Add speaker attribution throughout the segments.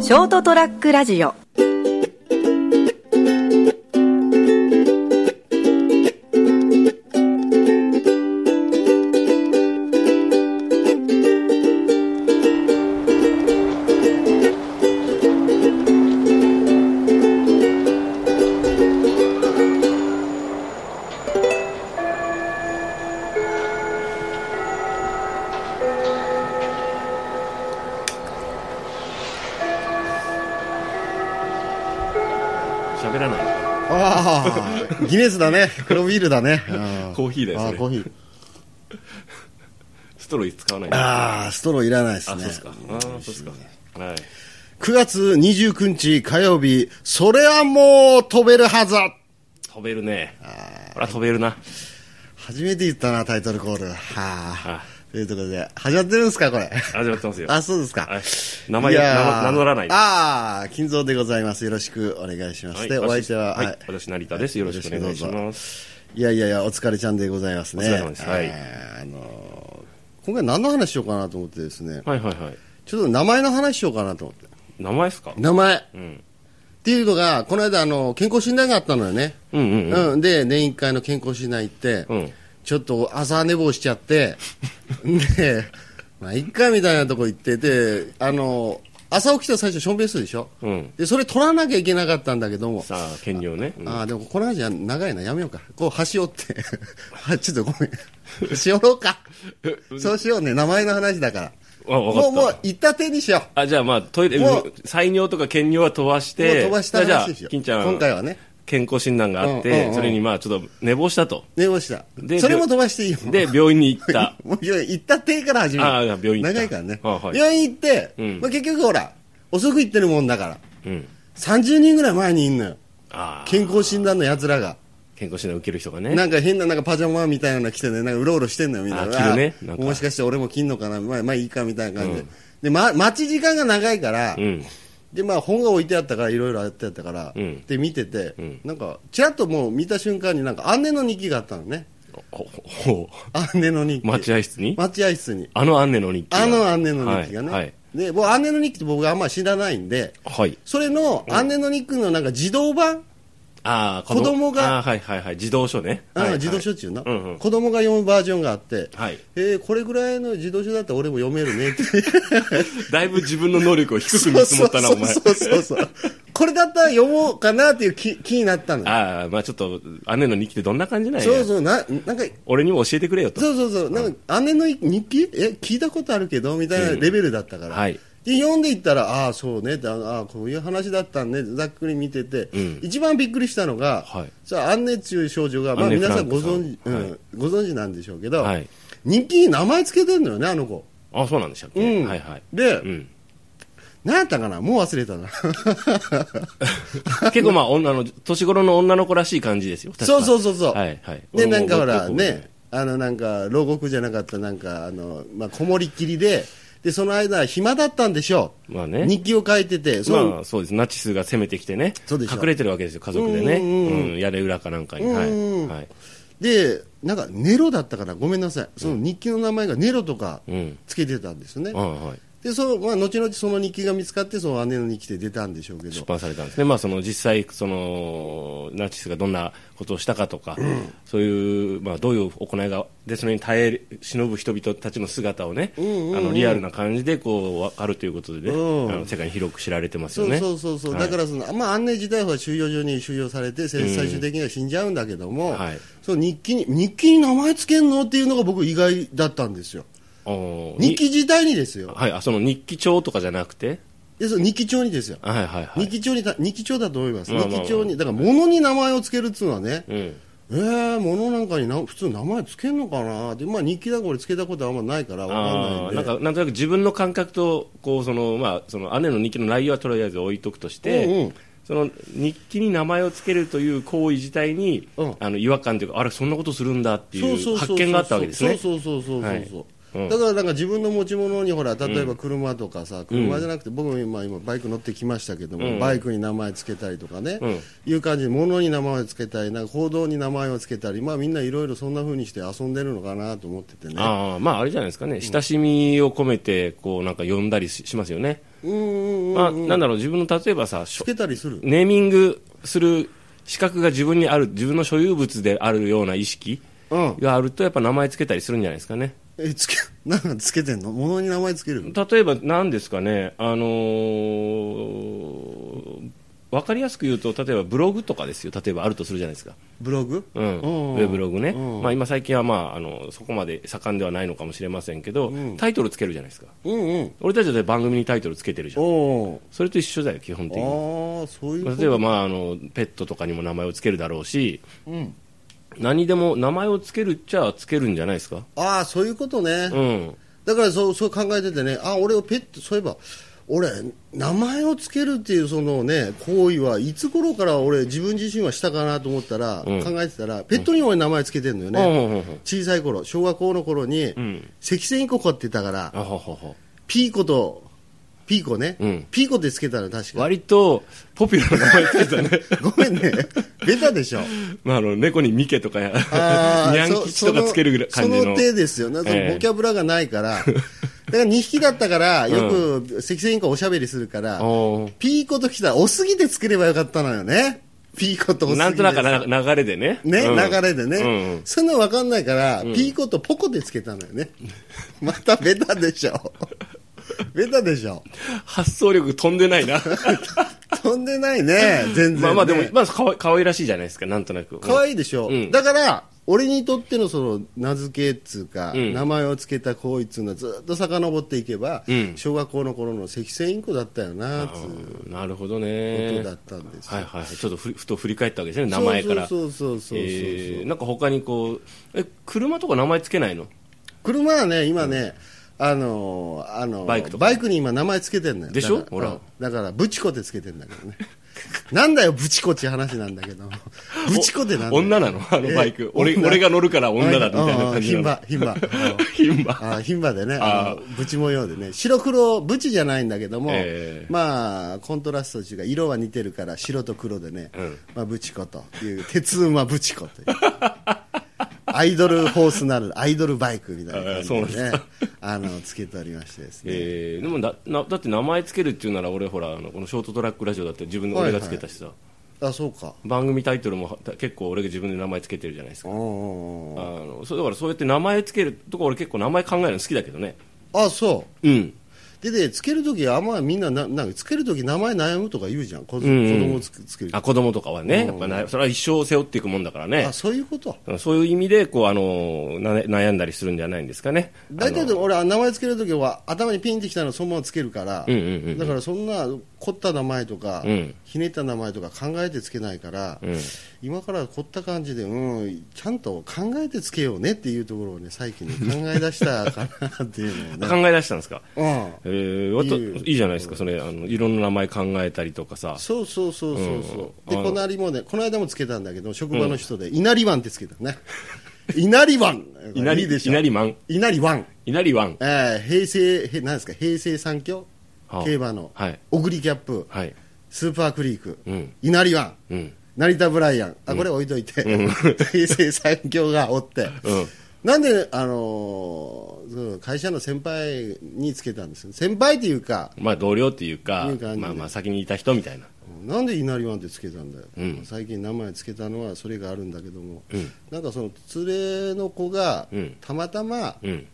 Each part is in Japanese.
Speaker 1: ショートトラックラジオ
Speaker 2: 喋らない
Speaker 3: ああ、ギネス だね。黒ビールだね。あ
Speaker 2: コーヒーだよ
Speaker 3: あ
Speaker 2: そ
Speaker 3: あ、
Speaker 2: れ
Speaker 3: コーヒー。
Speaker 2: ストロー使わない
Speaker 3: ああ、ストローいらないで
Speaker 2: あ
Speaker 3: す
Speaker 2: そう
Speaker 3: ね。
Speaker 2: ですかああそうですかはい
Speaker 3: 9月29日火曜日、それはもう飛べるはず
Speaker 2: 飛べるねこれは飛べるな
Speaker 3: 初めて言ったな、タイトルコール。はあ
Speaker 2: あ。
Speaker 3: ということで、始まってるんですか、これ。
Speaker 2: 始まってますよ
Speaker 3: あ、そうですか。
Speaker 2: はい名前
Speaker 3: いや
Speaker 2: 名
Speaker 3: ー
Speaker 2: 乗名乗らないで
Speaker 3: ああ、金蔵でございます。よろしくお願いします。
Speaker 2: はい
Speaker 3: で、お相手は、
Speaker 2: はい私成田ですよろしくお願いし
Speaker 3: よろしくど
Speaker 2: ま
Speaker 3: うぞ
Speaker 2: す
Speaker 3: いやいやいや、お疲れちゃんでございますね。
Speaker 2: お疲れ様ですはい
Speaker 3: あーあのー今回何の話しようかなと思ってですね、
Speaker 2: はいはいはい
Speaker 3: ちょっと名前の話しようかなと思って。
Speaker 2: 名前ですか
Speaker 3: 名前っ
Speaker 2: うん
Speaker 3: ていうのが、この間あの、健康診断があったのよね。
Speaker 2: うんうんうん
Speaker 3: うん、で、年一回の健康診断行って、
Speaker 2: うん
Speaker 3: ちょっと朝寝坊しちゃって、 で、まあ、いっかみたいなとこ行ってて、あの、朝起きたら最初、ションベースでしょ、
Speaker 2: うん
Speaker 3: で、それ取らなきゃいけなかったんだけども、
Speaker 2: さあ兼業ねうん
Speaker 3: ああ、でもこの話は長いな、やめようか。こう、端折って。 あちょっとごめん。しよろ うか。そうしようね、名前の話だから。
Speaker 2: あわか
Speaker 3: も
Speaker 2: っ
Speaker 3: う、も
Speaker 2: た
Speaker 3: う、行った手にしよう。
Speaker 2: あじゃあまあトイレ
Speaker 3: もう
Speaker 2: 採尿とか兼業は飛ばし
Speaker 3: もう
Speaker 2: て
Speaker 3: 飛ばした
Speaker 2: じゃあ
Speaker 3: 話
Speaker 2: じ
Speaker 3: で
Speaker 2: ゃあ
Speaker 3: しよ
Speaker 2: 金ち
Speaker 3: う
Speaker 2: ゃん
Speaker 3: 今回はね、
Speaker 2: 健康診断があっ
Speaker 3: うんうんう
Speaker 2: て
Speaker 3: ん
Speaker 2: それにまあちょっと寝坊したと
Speaker 3: 寝坊した。
Speaker 2: で
Speaker 3: それも飛ばしていいよ。
Speaker 2: で病院に行 った
Speaker 3: もう行った手から始める。
Speaker 2: ああ病院行った
Speaker 3: 長いからね。
Speaker 2: あはい
Speaker 3: 病院行って、
Speaker 2: うん
Speaker 3: まあ、結局ほら、遅く行ってるもんだから、
Speaker 2: うん
Speaker 3: 30人ぐらい前にいんのよ。
Speaker 2: ああ
Speaker 3: 健康診断の奴らが。
Speaker 2: 健康診断受ける人がね
Speaker 3: なんか変ななんかパジャマみたいなの着てね、なんかうろうろしてんのよ、みんな。
Speaker 2: あ着るね
Speaker 3: うわ
Speaker 2: なんか
Speaker 3: もしかして俺も着んのかな、まあ、まあいいかみたいな感じで。で、ま、待ち時間が長いから、
Speaker 2: うん
Speaker 3: で、まあ本が置いてあったから、いろいろあってあったから、
Speaker 2: うん
Speaker 3: で、見てて、
Speaker 2: ん
Speaker 3: なんか、ちらっともう見た瞬間になんか、姉の日記があったのね。
Speaker 2: ほほ
Speaker 3: 姉の日記。
Speaker 2: 待合室に
Speaker 3: 待合室に。
Speaker 2: あのアンネの日記が
Speaker 3: あの姉の日記がね、
Speaker 2: はい
Speaker 3: で僕姉の日記って僕あんま知らないんで
Speaker 2: はい、はい
Speaker 3: それの姉の日記のなんか児童版、
Speaker 2: ああ
Speaker 3: 子供が
Speaker 2: あーはいはいはい児童書ね
Speaker 3: あ
Speaker 2: はい
Speaker 3: 児童書中の、
Speaker 2: うんうん
Speaker 3: 子供が読むバージョンがあって、
Speaker 2: はい
Speaker 3: えーこれぐらいの児童書だったら俺も読めるねって
Speaker 2: だいぶ自分の能力を低く見積もったなお前
Speaker 3: そうそうそうそうこれだったら読もうかなっていう気気になったのよ
Speaker 2: ああまあちょっと姉の日記ってどんな感じなんや
Speaker 3: そうそうななんか
Speaker 2: 俺にも教えてくれよと
Speaker 3: そうそうそうなんか姉の日記え聞いたことあるけどみたいなレベルだったから、
Speaker 2: うんはい
Speaker 3: で読んでいったらああそうねってあああこういう話だったんねざっくり見てて、
Speaker 2: うん
Speaker 3: 一番びっくりしたのが、
Speaker 2: はい
Speaker 3: さあアンネっていう少女が、ま
Speaker 2: ア
Speaker 3: あ、
Speaker 2: ンネ
Speaker 3: 皆さん
Speaker 2: フラ
Speaker 3: ご
Speaker 2: ンクさん
Speaker 3: 存知、うん
Speaker 2: は
Speaker 3: ご存知なんでしょうけど、
Speaker 2: はい
Speaker 3: 日記に名前つけてんのよねあの子、
Speaker 2: あそうなんでしたっけ、
Speaker 3: うん
Speaker 2: はいはいう
Speaker 3: で、
Speaker 2: ん、
Speaker 3: 何やったかなもう忘れた な
Speaker 2: 結構まあ女の年頃の女の子らしい感じですよ確か
Speaker 3: そうそうそうそう、
Speaker 2: はいはい
Speaker 3: で
Speaker 2: 俺も
Speaker 3: なんかほら
Speaker 2: 結構覚えてる
Speaker 3: ねあのなんか牢獄じゃなかったなんかあの、まあ、こもりっきりででその間暇だったんでしょう、
Speaker 2: まあね
Speaker 3: 日記を書いててその、
Speaker 2: まあ、そうですナチスが攻めてきてね
Speaker 3: そうでしょ
Speaker 2: 隠れてるわけですよ家族でね
Speaker 3: う
Speaker 2: うんん
Speaker 3: うん
Speaker 2: 屋根裏かなんかに
Speaker 3: うん
Speaker 2: は
Speaker 3: うん
Speaker 2: い、はい
Speaker 3: でなんかネロだったからごめんなさいその日記の名前がネロとか
Speaker 2: うん
Speaker 3: つけてたんですよね、
Speaker 2: うんはい、
Speaker 3: でそのまあ、後々その日記が見つかってその姉の日記で出たんでしょうけ
Speaker 2: 出
Speaker 3: ど
Speaker 2: 版されたんですね、まあ、その実際その、ナチスがどんなことをしたかとか、そういう、まあ、どういう行いがで、それに耐え忍ぶ人々たちの姿をね、あのリアルな感じでこう分かるということでね、
Speaker 3: うん
Speaker 2: あの世界に広く知られてます
Speaker 3: そ
Speaker 2: よ
Speaker 3: う
Speaker 2: ね。
Speaker 3: そうそうそう、
Speaker 2: はい
Speaker 3: だからその、まあ、姉自体は収容所に収容されて最最終的には死んじゃうんだけども、
Speaker 2: はい
Speaker 3: その日記に日記に名前つけんのっていうのが僕意外だったんですよ
Speaker 2: おー
Speaker 3: 日記自体にですよ
Speaker 2: はい、あその日記帳とかじゃなくて、
Speaker 3: でその日記帳にですよ、
Speaker 2: はいはいはい、
Speaker 3: 日記帳にた日記帳だと思います、
Speaker 2: まあまあまあ
Speaker 3: 日記帳にだから物に名前をつけるっていうのはね、
Speaker 2: うん、
Speaker 3: えー、物なんかにな普通名前つけんのかなで、まあ、日記だから俺つけたことあんまないから分かんないん
Speaker 2: あー
Speaker 3: で
Speaker 2: なんかなんとなく自分の感覚とこうその、まあ、その姉の日記の内容はとりあえず置いとくとして、
Speaker 3: うんうん
Speaker 2: その日記に名前をつけるという行為自体に、
Speaker 3: うん
Speaker 2: あの違和感というかあれそんなことするんだってい
Speaker 3: そううそうそうそう
Speaker 2: 発見があったわけですね
Speaker 3: そうそうそうそうそうそう、
Speaker 2: うん
Speaker 3: だからなんか自分の持ち物にほら例えば車とかさ、車じゃなくて僕も今今バイク乗ってきましたけども、バイクに名前つけたりとかね、
Speaker 2: うん
Speaker 3: いう感じで物に名前をつけたりなんか報道に名前をつけたり、まあ、みんないろいろそんな風にして遊んでるのかなと思っててね。
Speaker 2: ああまああれじゃないですかね親しみを込めてこうなんか呼んだりししますよね、
Speaker 3: うんうんうん
Speaker 2: まあ、なんだろう自分の例えばさし
Speaker 3: つ
Speaker 2: ょ
Speaker 3: けたりする
Speaker 2: ネーミングする資格が自分にある自分の所有物であるような意識
Speaker 3: うん
Speaker 2: があるとやっぱ名前つけたりするんじゃないですかね
Speaker 3: えつけ なんかつけてんの物に名前つける
Speaker 2: 例えば何ですかね、あのー、分かりやすく言うと例えばブログとかですよ例えばあるとするじゃないですか、
Speaker 3: ブログ
Speaker 2: うん、ウ
Speaker 3: うん
Speaker 2: ェブログね、
Speaker 3: うん
Speaker 2: まあ、今最近は、まあ、あのそこまで盛んではないのかもしれませんけど、
Speaker 3: うん
Speaker 2: タイトルつけるじゃないですか
Speaker 3: うんうん
Speaker 2: 俺たちで番組にタイトルつけてるじゃん
Speaker 3: お
Speaker 2: それと一緒だよ基本的に
Speaker 3: おああそういうこと
Speaker 2: 例えば、まあ、あのペットとかにも名前をつけるだろうし
Speaker 3: うん、
Speaker 2: 何でも名前をつけるっちゃつけるんじゃないですか
Speaker 3: ああそういうことね、
Speaker 2: うん
Speaker 3: だからそうそう考えててねあ俺をペットそういえば俺名前をつけるっていうそのね行為はいつ頃から俺自分自身はしたかなと思ったら、
Speaker 2: うん
Speaker 3: 考えてたらペットに俺名前つけてるのよ
Speaker 2: うんうん
Speaker 3: ね、
Speaker 2: うんうん
Speaker 3: 小さい頃小学校の頃に、
Speaker 2: ん
Speaker 3: 赤線イココって言ったから
Speaker 2: あほほほ
Speaker 3: ピーコとピーコね、
Speaker 2: うん
Speaker 3: ピーコってつけたの確か
Speaker 2: 割とポピュラーな名前つけてたね
Speaker 3: ごめんねベタでしょ
Speaker 2: まあ、あの猫にミケとか や、ニ
Speaker 3: あー
Speaker 2: ャン吉とかつけるぐらい
Speaker 3: そそ
Speaker 2: 感じの。
Speaker 3: のその手ですよ、なんかそ
Speaker 2: え
Speaker 3: の
Speaker 2: え
Speaker 3: ボキャブラがないから、だから2匹だったから、よく赤線インコおしゃべりするから、
Speaker 2: おー
Speaker 3: ピーコときたら、おすぎで作ればよかったのよね、ピーコとおすぎで。
Speaker 2: なんとなくな流れでね。
Speaker 3: ね、
Speaker 2: うん
Speaker 3: 流れでね、
Speaker 2: うんうん
Speaker 3: そんなの分かんないから、ピーコとポコでつけたのよね、 またベタでしょ、ベタでしょ、
Speaker 2: 発想力飛んで ないな。
Speaker 3: 飛んでないね、全然、ね、
Speaker 2: まあまあでも、まあかわい可愛らしいじゃないですか、なんとなく。
Speaker 3: 可
Speaker 2: い
Speaker 3: 愛いでしょ、
Speaker 2: うん
Speaker 3: だから俺にとってのその名付けっつうか、
Speaker 2: ん
Speaker 3: 名前を付けた行為っつうのはずっと遡っていけば、
Speaker 2: うん
Speaker 3: 小学校の頃の赤線インコだったよなっつう
Speaker 2: なるほど
Speaker 3: こと
Speaker 2: ね。
Speaker 3: だったんですよ、
Speaker 2: はいはいはい。ちょっとふりふと振り返ったわけですね、名前から。
Speaker 3: そうそうそうそうそうそう、
Speaker 2: えーなんか他にこう、え、車とか名前つけないの
Speaker 3: 車はね今ね、あのーあのー
Speaker 2: バイクとか
Speaker 3: に今名前付けてんのよ
Speaker 2: でしょ
Speaker 3: だから
Speaker 2: ほら
Speaker 3: うんだからブチコって付けてんだけどね なんだよブチコって話なんだけどブチコってなんだよ
Speaker 2: 女なのあのバイク
Speaker 3: え。
Speaker 2: 俺、
Speaker 3: 女
Speaker 2: 俺が乗るから女だみたいな感じな
Speaker 3: 牝
Speaker 2: の。
Speaker 3: 馬牝馬
Speaker 2: 牝馬。
Speaker 3: あ牝馬でね、
Speaker 2: あー
Speaker 3: あのブチ模様でね、白黒、ブチじゃないんだけども、
Speaker 2: ええ
Speaker 3: まあ、コントラストというか、色は似てるから、白と黒でね、
Speaker 2: ん
Speaker 3: まあ、ブチコという、鉄馬ブチコという、 アイドルホースなる、アイドルバイクみたいな感じでね、あのつけておりましてですね、
Speaker 2: えーでもだなだって名前つけるっていうなら俺ほらあのこのショートトラックラジオだって自分で
Speaker 3: はい
Speaker 2: 俺
Speaker 3: はい
Speaker 2: がつけたしさ、
Speaker 3: あそうか、
Speaker 2: 番組タイトルもは結構俺が自分で名前つけてるじゃないです
Speaker 3: う
Speaker 2: か、
Speaker 3: んうんうん
Speaker 2: あのそうだからそうやって名前つけるとこ俺結構名前考えるの好きだけどね
Speaker 3: あそう。
Speaker 2: うん
Speaker 3: ででつけるとき、あんまみんなな、なんかつけるとき、名前悩むとか言うじゃん、子,、
Speaker 2: んうん
Speaker 3: 子供つけつける
Speaker 2: あ子供とかはね、やっぱなそれは一生背負っていくもんだからね
Speaker 3: あ、そういうこと、
Speaker 2: そういう意味でこうあのな悩んだりするんじゃないんですかね
Speaker 3: 大体でも俺は名前つけるときは頭にピンってきたのそのままつけるから、
Speaker 2: うんうんうん
Speaker 3: だからそんな凝った名前とか、
Speaker 2: うん
Speaker 3: ひねった名前とか考えてつけないから、
Speaker 2: ん
Speaker 3: 今から凝った感じで、うん、ちゃんと考えてつけようねっていうところをね最近ね考え出したかなっていう のを
Speaker 2: 考
Speaker 3: ね。
Speaker 2: え出したんですか、
Speaker 3: うん
Speaker 2: えー、わた
Speaker 3: い
Speaker 2: い
Speaker 3: いよ
Speaker 2: いじゃないですかそれあのいろんな名前考えたりとかさ
Speaker 3: そうそうそうそうそう、
Speaker 2: うんあ
Speaker 3: で
Speaker 2: の
Speaker 3: この間もねこの間もつけたんだけど職場の人で、稲荷ワンってつけたね稲荷ワン
Speaker 2: 稲荷
Speaker 3: いいでしょ
Speaker 2: 稲荷マン
Speaker 3: 稲荷ワン
Speaker 2: 稲荷ワン
Speaker 3: えー平成へなんですか平成三強
Speaker 2: はあ
Speaker 3: 競馬の、
Speaker 2: はい
Speaker 3: オグリキャップ
Speaker 2: はい
Speaker 3: スーパークリーク、
Speaker 2: うん
Speaker 3: 稲荷湾、
Speaker 2: うん
Speaker 3: 成田ブライアンあこれ置いといて、 平成三強がおって、なんで、あのーその会社の先輩につけたんですよ先輩っていうか
Speaker 2: まあ同僚っていうか
Speaker 3: いう感じで
Speaker 2: まあまあ先にいた人みたいな
Speaker 3: なんで稲荷湾ってつけたんだよ、最近名前つけたのはそれがあるんだけども、なんかその連れの子が、
Speaker 2: うん
Speaker 3: たまたま、
Speaker 2: うん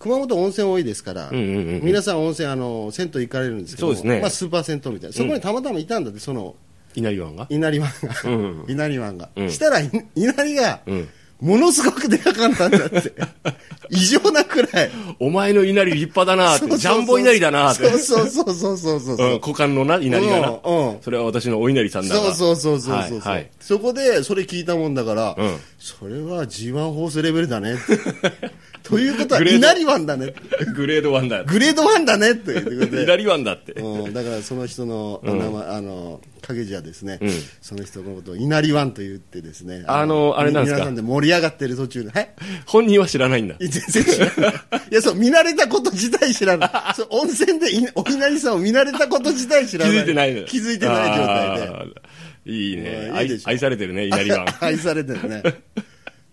Speaker 3: 熊本温泉多いですから、
Speaker 2: うんうんうんうん
Speaker 3: 皆さん温泉あの銭湯行かれるんですけども
Speaker 2: そうですね
Speaker 3: まあ、スーパー銭湯みたいなそこにたまたまいたんだってその
Speaker 2: 稲荷湾が
Speaker 3: 稲荷湾が、
Speaker 2: うん
Speaker 3: 稲荷湾が、
Speaker 2: うん
Speaker 3: したらい稲荷が、
Speaker 2: うん
Speaker 3: ものすごくでかかったんだって 異常なくらい
Speaker 2: お前の稲荷立派だなっ
Speaker 3: そう
Speaker 2: て
Speaker 3: そうそう
Speaker 2: ジャンボ稲荷だなって
Speaker 3: そうそうそうそうそうそう
Speaker 2: うん股間のな稲荷がな
Speaker 3: うんうん
Speaker 2: それは私のお稲荷さんだ
Speaker 3: そ
Speaker 2: が
Speaker 3: うそうそうそうそうそう、
Speaker 2: はいはい
Speaker 3: そこでそれ聞いたもんだから、
Speaker 2: うん
Speaker 3: それは G1 ホースレベルだねってということは、
Speaker 2: グレード
Speaker 3: いなりワンだね。
Speaker 2: グレード1だ
Speaker 3: グレードワンだねっていうことで。
Speaker 2: 左ワンだって、
Speaker 3: うん、だからその人の名前、あの影じゃですね、その人のことを稲荷ワンと言ってですね、
Speaker 2: あのあれなんですか
Speaker 3: 皆さんで盛り上がってる途中で、はい、
Speaker 2: 本人は知らないんだ
Speaker 3: 全然知ら ない。 いや、そう、見慣れたこと自体知 らない。そう温泉でいお稲荷さんを見慣れたこと自体知
Speaker 2: 気
Speaker 3: らない。
Speaker 2: づいてないの
Speaker 3: 気づいてない状態で。
Speaker 2: あーいいね
Speaker 3: うんいい
Speaker 2: 愛
Speaker 3: でしょ
Speaker 2: 愛されてるね稲荷ワン
Speaker 3: 愛されてるね。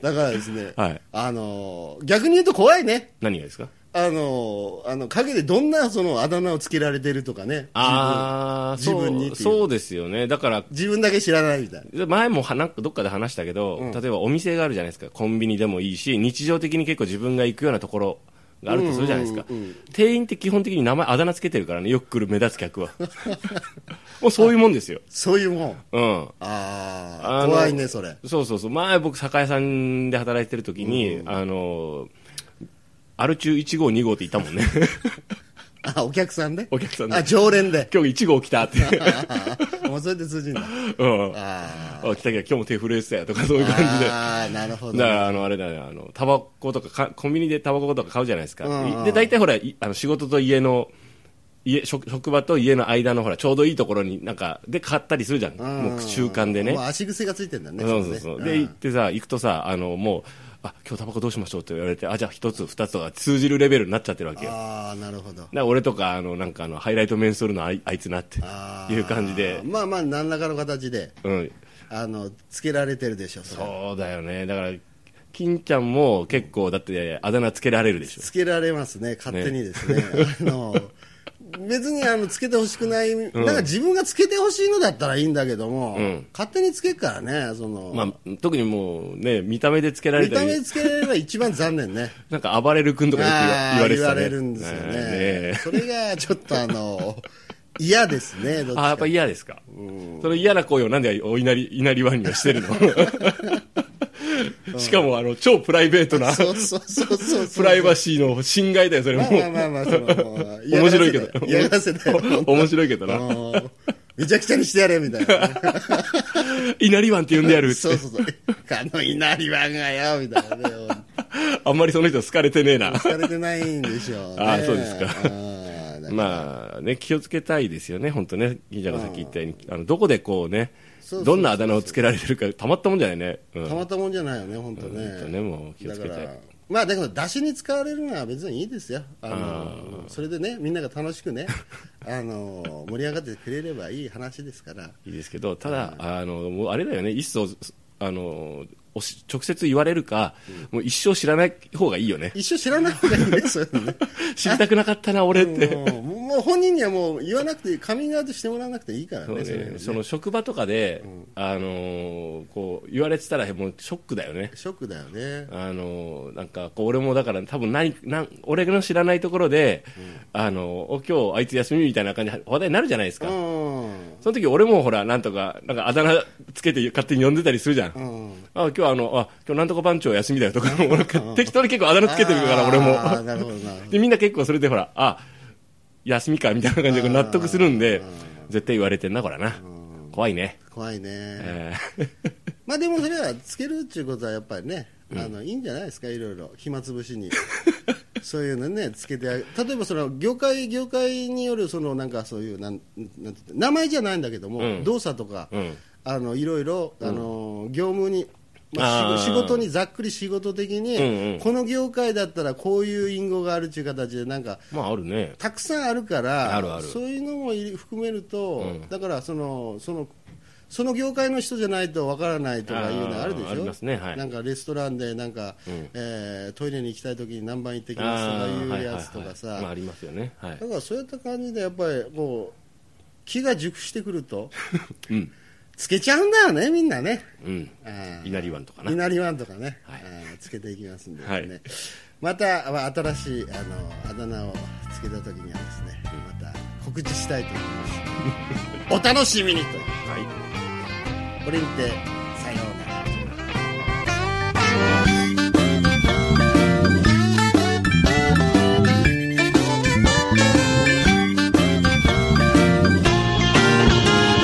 Speaker 3: だからですね、
Speaker 2: はい
Speaker 3: あのー逆に言うと怖いね。
Speaker 2: 何がですか
Speaker 3: あのーあの陰でどんなそのあだ名をつけられてるとかね。
Speaker 2: ああ
Speaker 3: 自分にっていう
Speaker 2: そうそうですよねだから
Speaker 3: 自分だけ知らないみたいな。
Speaker 2: 前もはなんかどっかで話したけど、例えばお店があるじゃないですかコンビニでもいいし日常的に結構自分が行くようなところがあるとするじゃないですか、店員って基本的に名前あだ名つけてるからねよく来る目立つ客は もうそういうもんですよ、
Speaker 3: そういうもん。
Speaker 2: うん、
Speaker 3: あ
Speaker 2: あ
Speaker 3: あ、
Speaker 2: の
Speaker 3: 怖いね、それ。
Speaker 2: そうそうそう前僕酒屋さんで働いてる時に、あのアル中1号2号っていたもんね
Speaker 3: あ、お客さんで
Speaker 2: お客さんで
Speaker 3: あ、常 連で。
Speaker 2: 今日1号来たって、
Speaker 3: ああ、 もうそれで通じんだ。
Speaker 2: うん、あ
Speaker 3: あ
Speaker 2: 来たけど今日も手震えてたよとかそういう
Speaker 3: あ。
Speaker 2: 感じで
Speaker 3: ああ、なるほど
Speaker 2: だか。らあのあれだねあのタバコとかかコンビニでタバコとか買うじゃないですか、
Speaker 3: うんうん
Speaker 2: で大体ほらいあの仕事と家の家職職場と家の間のほらちょうどいいところになんかで買ったりするじゃん、
Speaker 3: うん
Speaker 2: もう習慣でね、
Speaker 3: もう足癖がついてんだね。
Speaker 2: そうそうそう、
Speaker 3: れね
Speaker 2: で行ってさ行くとさあのもうあ今日タバコどうしましょうって言われてあじゃあ一つ二つとか通じるレベルになっちゃってるわけよだか
Speaker 3: ああ、なるほど。
Speaker 2: ら俺とかあのなんかあのハイライトメンソールのあいあいつなって
Speaker 3: ああ
Speaker 2: いう感じで
Speaker 3: まあまあ、何らかの形で、
Speaker 2: うん
Speaker 3: あの、つけられてるでしょ、それ。
Speaker 2: そうだよねだから金ちゃんも結構だってあだ名つけられるでしょ
Speaker 3: つけられますね、勝手にですね。 あの別にあのつけてほしくない、なんか自分がつけてほしいのだったらいいんだけども、
Speaker 2: ん
Speaker 3: 勝手につけるからね、その、
Speaker 2: まあ、特にもうね、見た目でつけられ
Speaker 3: 見
Speaker 2: た
Speaker 3: た
Speaker 2: り、
Speaker 3: 目つけられれば一番残 念ね。
Speaker 2: なんか暴れる君とかよく言わ
Speaker 3: あー
Speaker 2: 言われてたね。
Speaker 3: るんですよね。
Speaker 2: ええ
Speaker 3: それがちょっとあの、 嫌ですね、どっち
Speaker 2: あー、や
Speaker 3: か
Speaker 2: っぱ嫌ですか。その嫌な声をなんでお稲荷、稲荷ワンにはしてるのしかも、あの、超プライベートな、
Speaker 3: そうそうそうそう。
Speaker 2: プライバシーの侵害だよ、それ
Speaker 3: ま
Speaker 2: も
Speaker 3: あ。まあまあまあ、その、嫌
Speaker 2: 面
Speaker 3: がら
Speaker 2: 白い
Speaker 3: せ
Speaker 2: け
Speaker 3: だ
Speaker 2: ど
Speaker 3: よ。嫌がらせだよ。
Speaker 2: 面白いけど
Speaker 3: あ
Speaker 2: な。
Speaker 3: のめちゃくちゃにしてやれ、みたいなね。
Speaker 2: 稲荷ワンって呼んでやるって
Speaker 3: そう。そうそう。あの稲荷はんがよ、みたいなね。
Speaker 2: あんまりその人好かれてねえな。
Speaker 3: 疲れてないんでしょうね。
Speaker 2: あーそうですか
Speaker 3: あー。だから
Speaker 2: まあね、気をつけたいですよね、本当ね、銀ちゃんがさっき言ったように、あのどこでこうね
Speaker 3: そうそうそ、う
Speaker 2: どんなあだ名をつけられてるか、たまったもんじゃないね、うん、
Speaker 3: たまったもんじゃないよね、本当
Speaker 2: 本当
Speaker 3: ね。
Speaker 2: ねもう気をつけて
Speaker 3: だからまあだけど、出汁に使われるのは別にいいですよ。あのそれでね、みんなが楽し くね、あの盛り上がってくれればいい話ですから。
Speaker 2: いいですけど、ただ、あのもうあれだよね、一層あのおし直接言われるか、もう一生知らない方がいいよね、
Speaker 3: 一生知らない方がいいね、そ ういうのね。
Speaker 2: 知りたくなかったな、俺って、
Speaker 3: もうもう本人にはもう言わなくて、カミングアウトしてもらわなくていいから
Speaker 2: そう
Speaker 3: ね、
Speaker 2: ね
Speaker 3: それはね
Speaker 2: その職場とかで、あのこう言われてたら、もうショックだよね。
Speaker 3: ショックだよね。
Speaker 2: あのなんかこう俺もだから多分何なん俺の知らないところで、あのお今日あいつ休みみたいな感じで話題になるじゃないですか、
Speaker 3: うん。
Speaker 2: その時俺もほらなんとかなんかあだ名つけて勝手に呼んでたりするじゃん、
Speaker 3: ん
Speaker 2: あ今日はあのあ今日なんとか番長休みだよとか、俺適当に結構あだ名つけてるから俺も
Speaker 3: あーなるほど、なるほど。
Speaker 2: でみんな結構それでほらあ休みかみたいな感じで納得するんで絶対言われてんなこれな、怖いね、
Speaker 3: 怖いね。
Speaker 2: え
Speaker 3: まあでもそれはつけるっていうことはやっぱりね、あのいいんじゃないですか、いろいろ暇つぶしに。 そういうのね、つけてあげ例えばその業界業界によるそのなんかそういうなんなんて名前じゃないんだけども、
Speaker 2: うん
Speaker 3: 動作とか、
Speaker 2: うん
Speaker 3: あのいろいろあの、業務に。ま
Speaker 2: あ
Speaker 3: あ、
Speaker 2: ー
Speaker 3: 仕事仕事にざっくり仕事的に、
Speaker 2: うんうん
Speaker 3: この業界だったらこういう隠語があるっていう形でなんか
Speaker 2: ーまああるね
Speaker 3: たくさんあるから
Speaker 2: あるある
Speaker 3: そういうのも入り含めると、だからそのそのその業界の人じゃないとわからないとかいうのあるでしょ
Speaker 2: あーありますねはい
Speaker 3: なんかレストランでなんか、えートイレに行きたい時に何番行ってきます
Speaker 2: あー
Speaker 3: とか
Speaker 2: はいいうはい
Speaker 3: や
Speaker 2: はい
Speaker 3: つとかさ、
Speaker 2: まあありますよねはい
Speaker 3: だからそういった感じでやっぱりこう気が熟してく ると、つけちゃうんだよねみんなね
Speaker 2: うん
Speaker 3: あー
Speaker 2: 稲荷湾とかな
Speaker 3: 稲荷ワンとかね、
Speaker 2: はい
Speaker 3: あーつけていきますんでね、
Speaker 2: はい
Speaker 3: またまあ新しいあのあだ名をつけた時にはですねまた告知したいと思いますお 楽しみにと
Speaker 2: はい
Speaker 3: これにてさようなら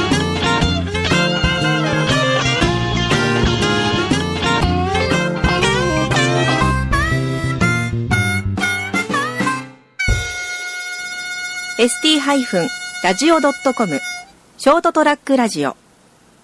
Speaker 1: 「 ST-radio.com ショートトラックラジオ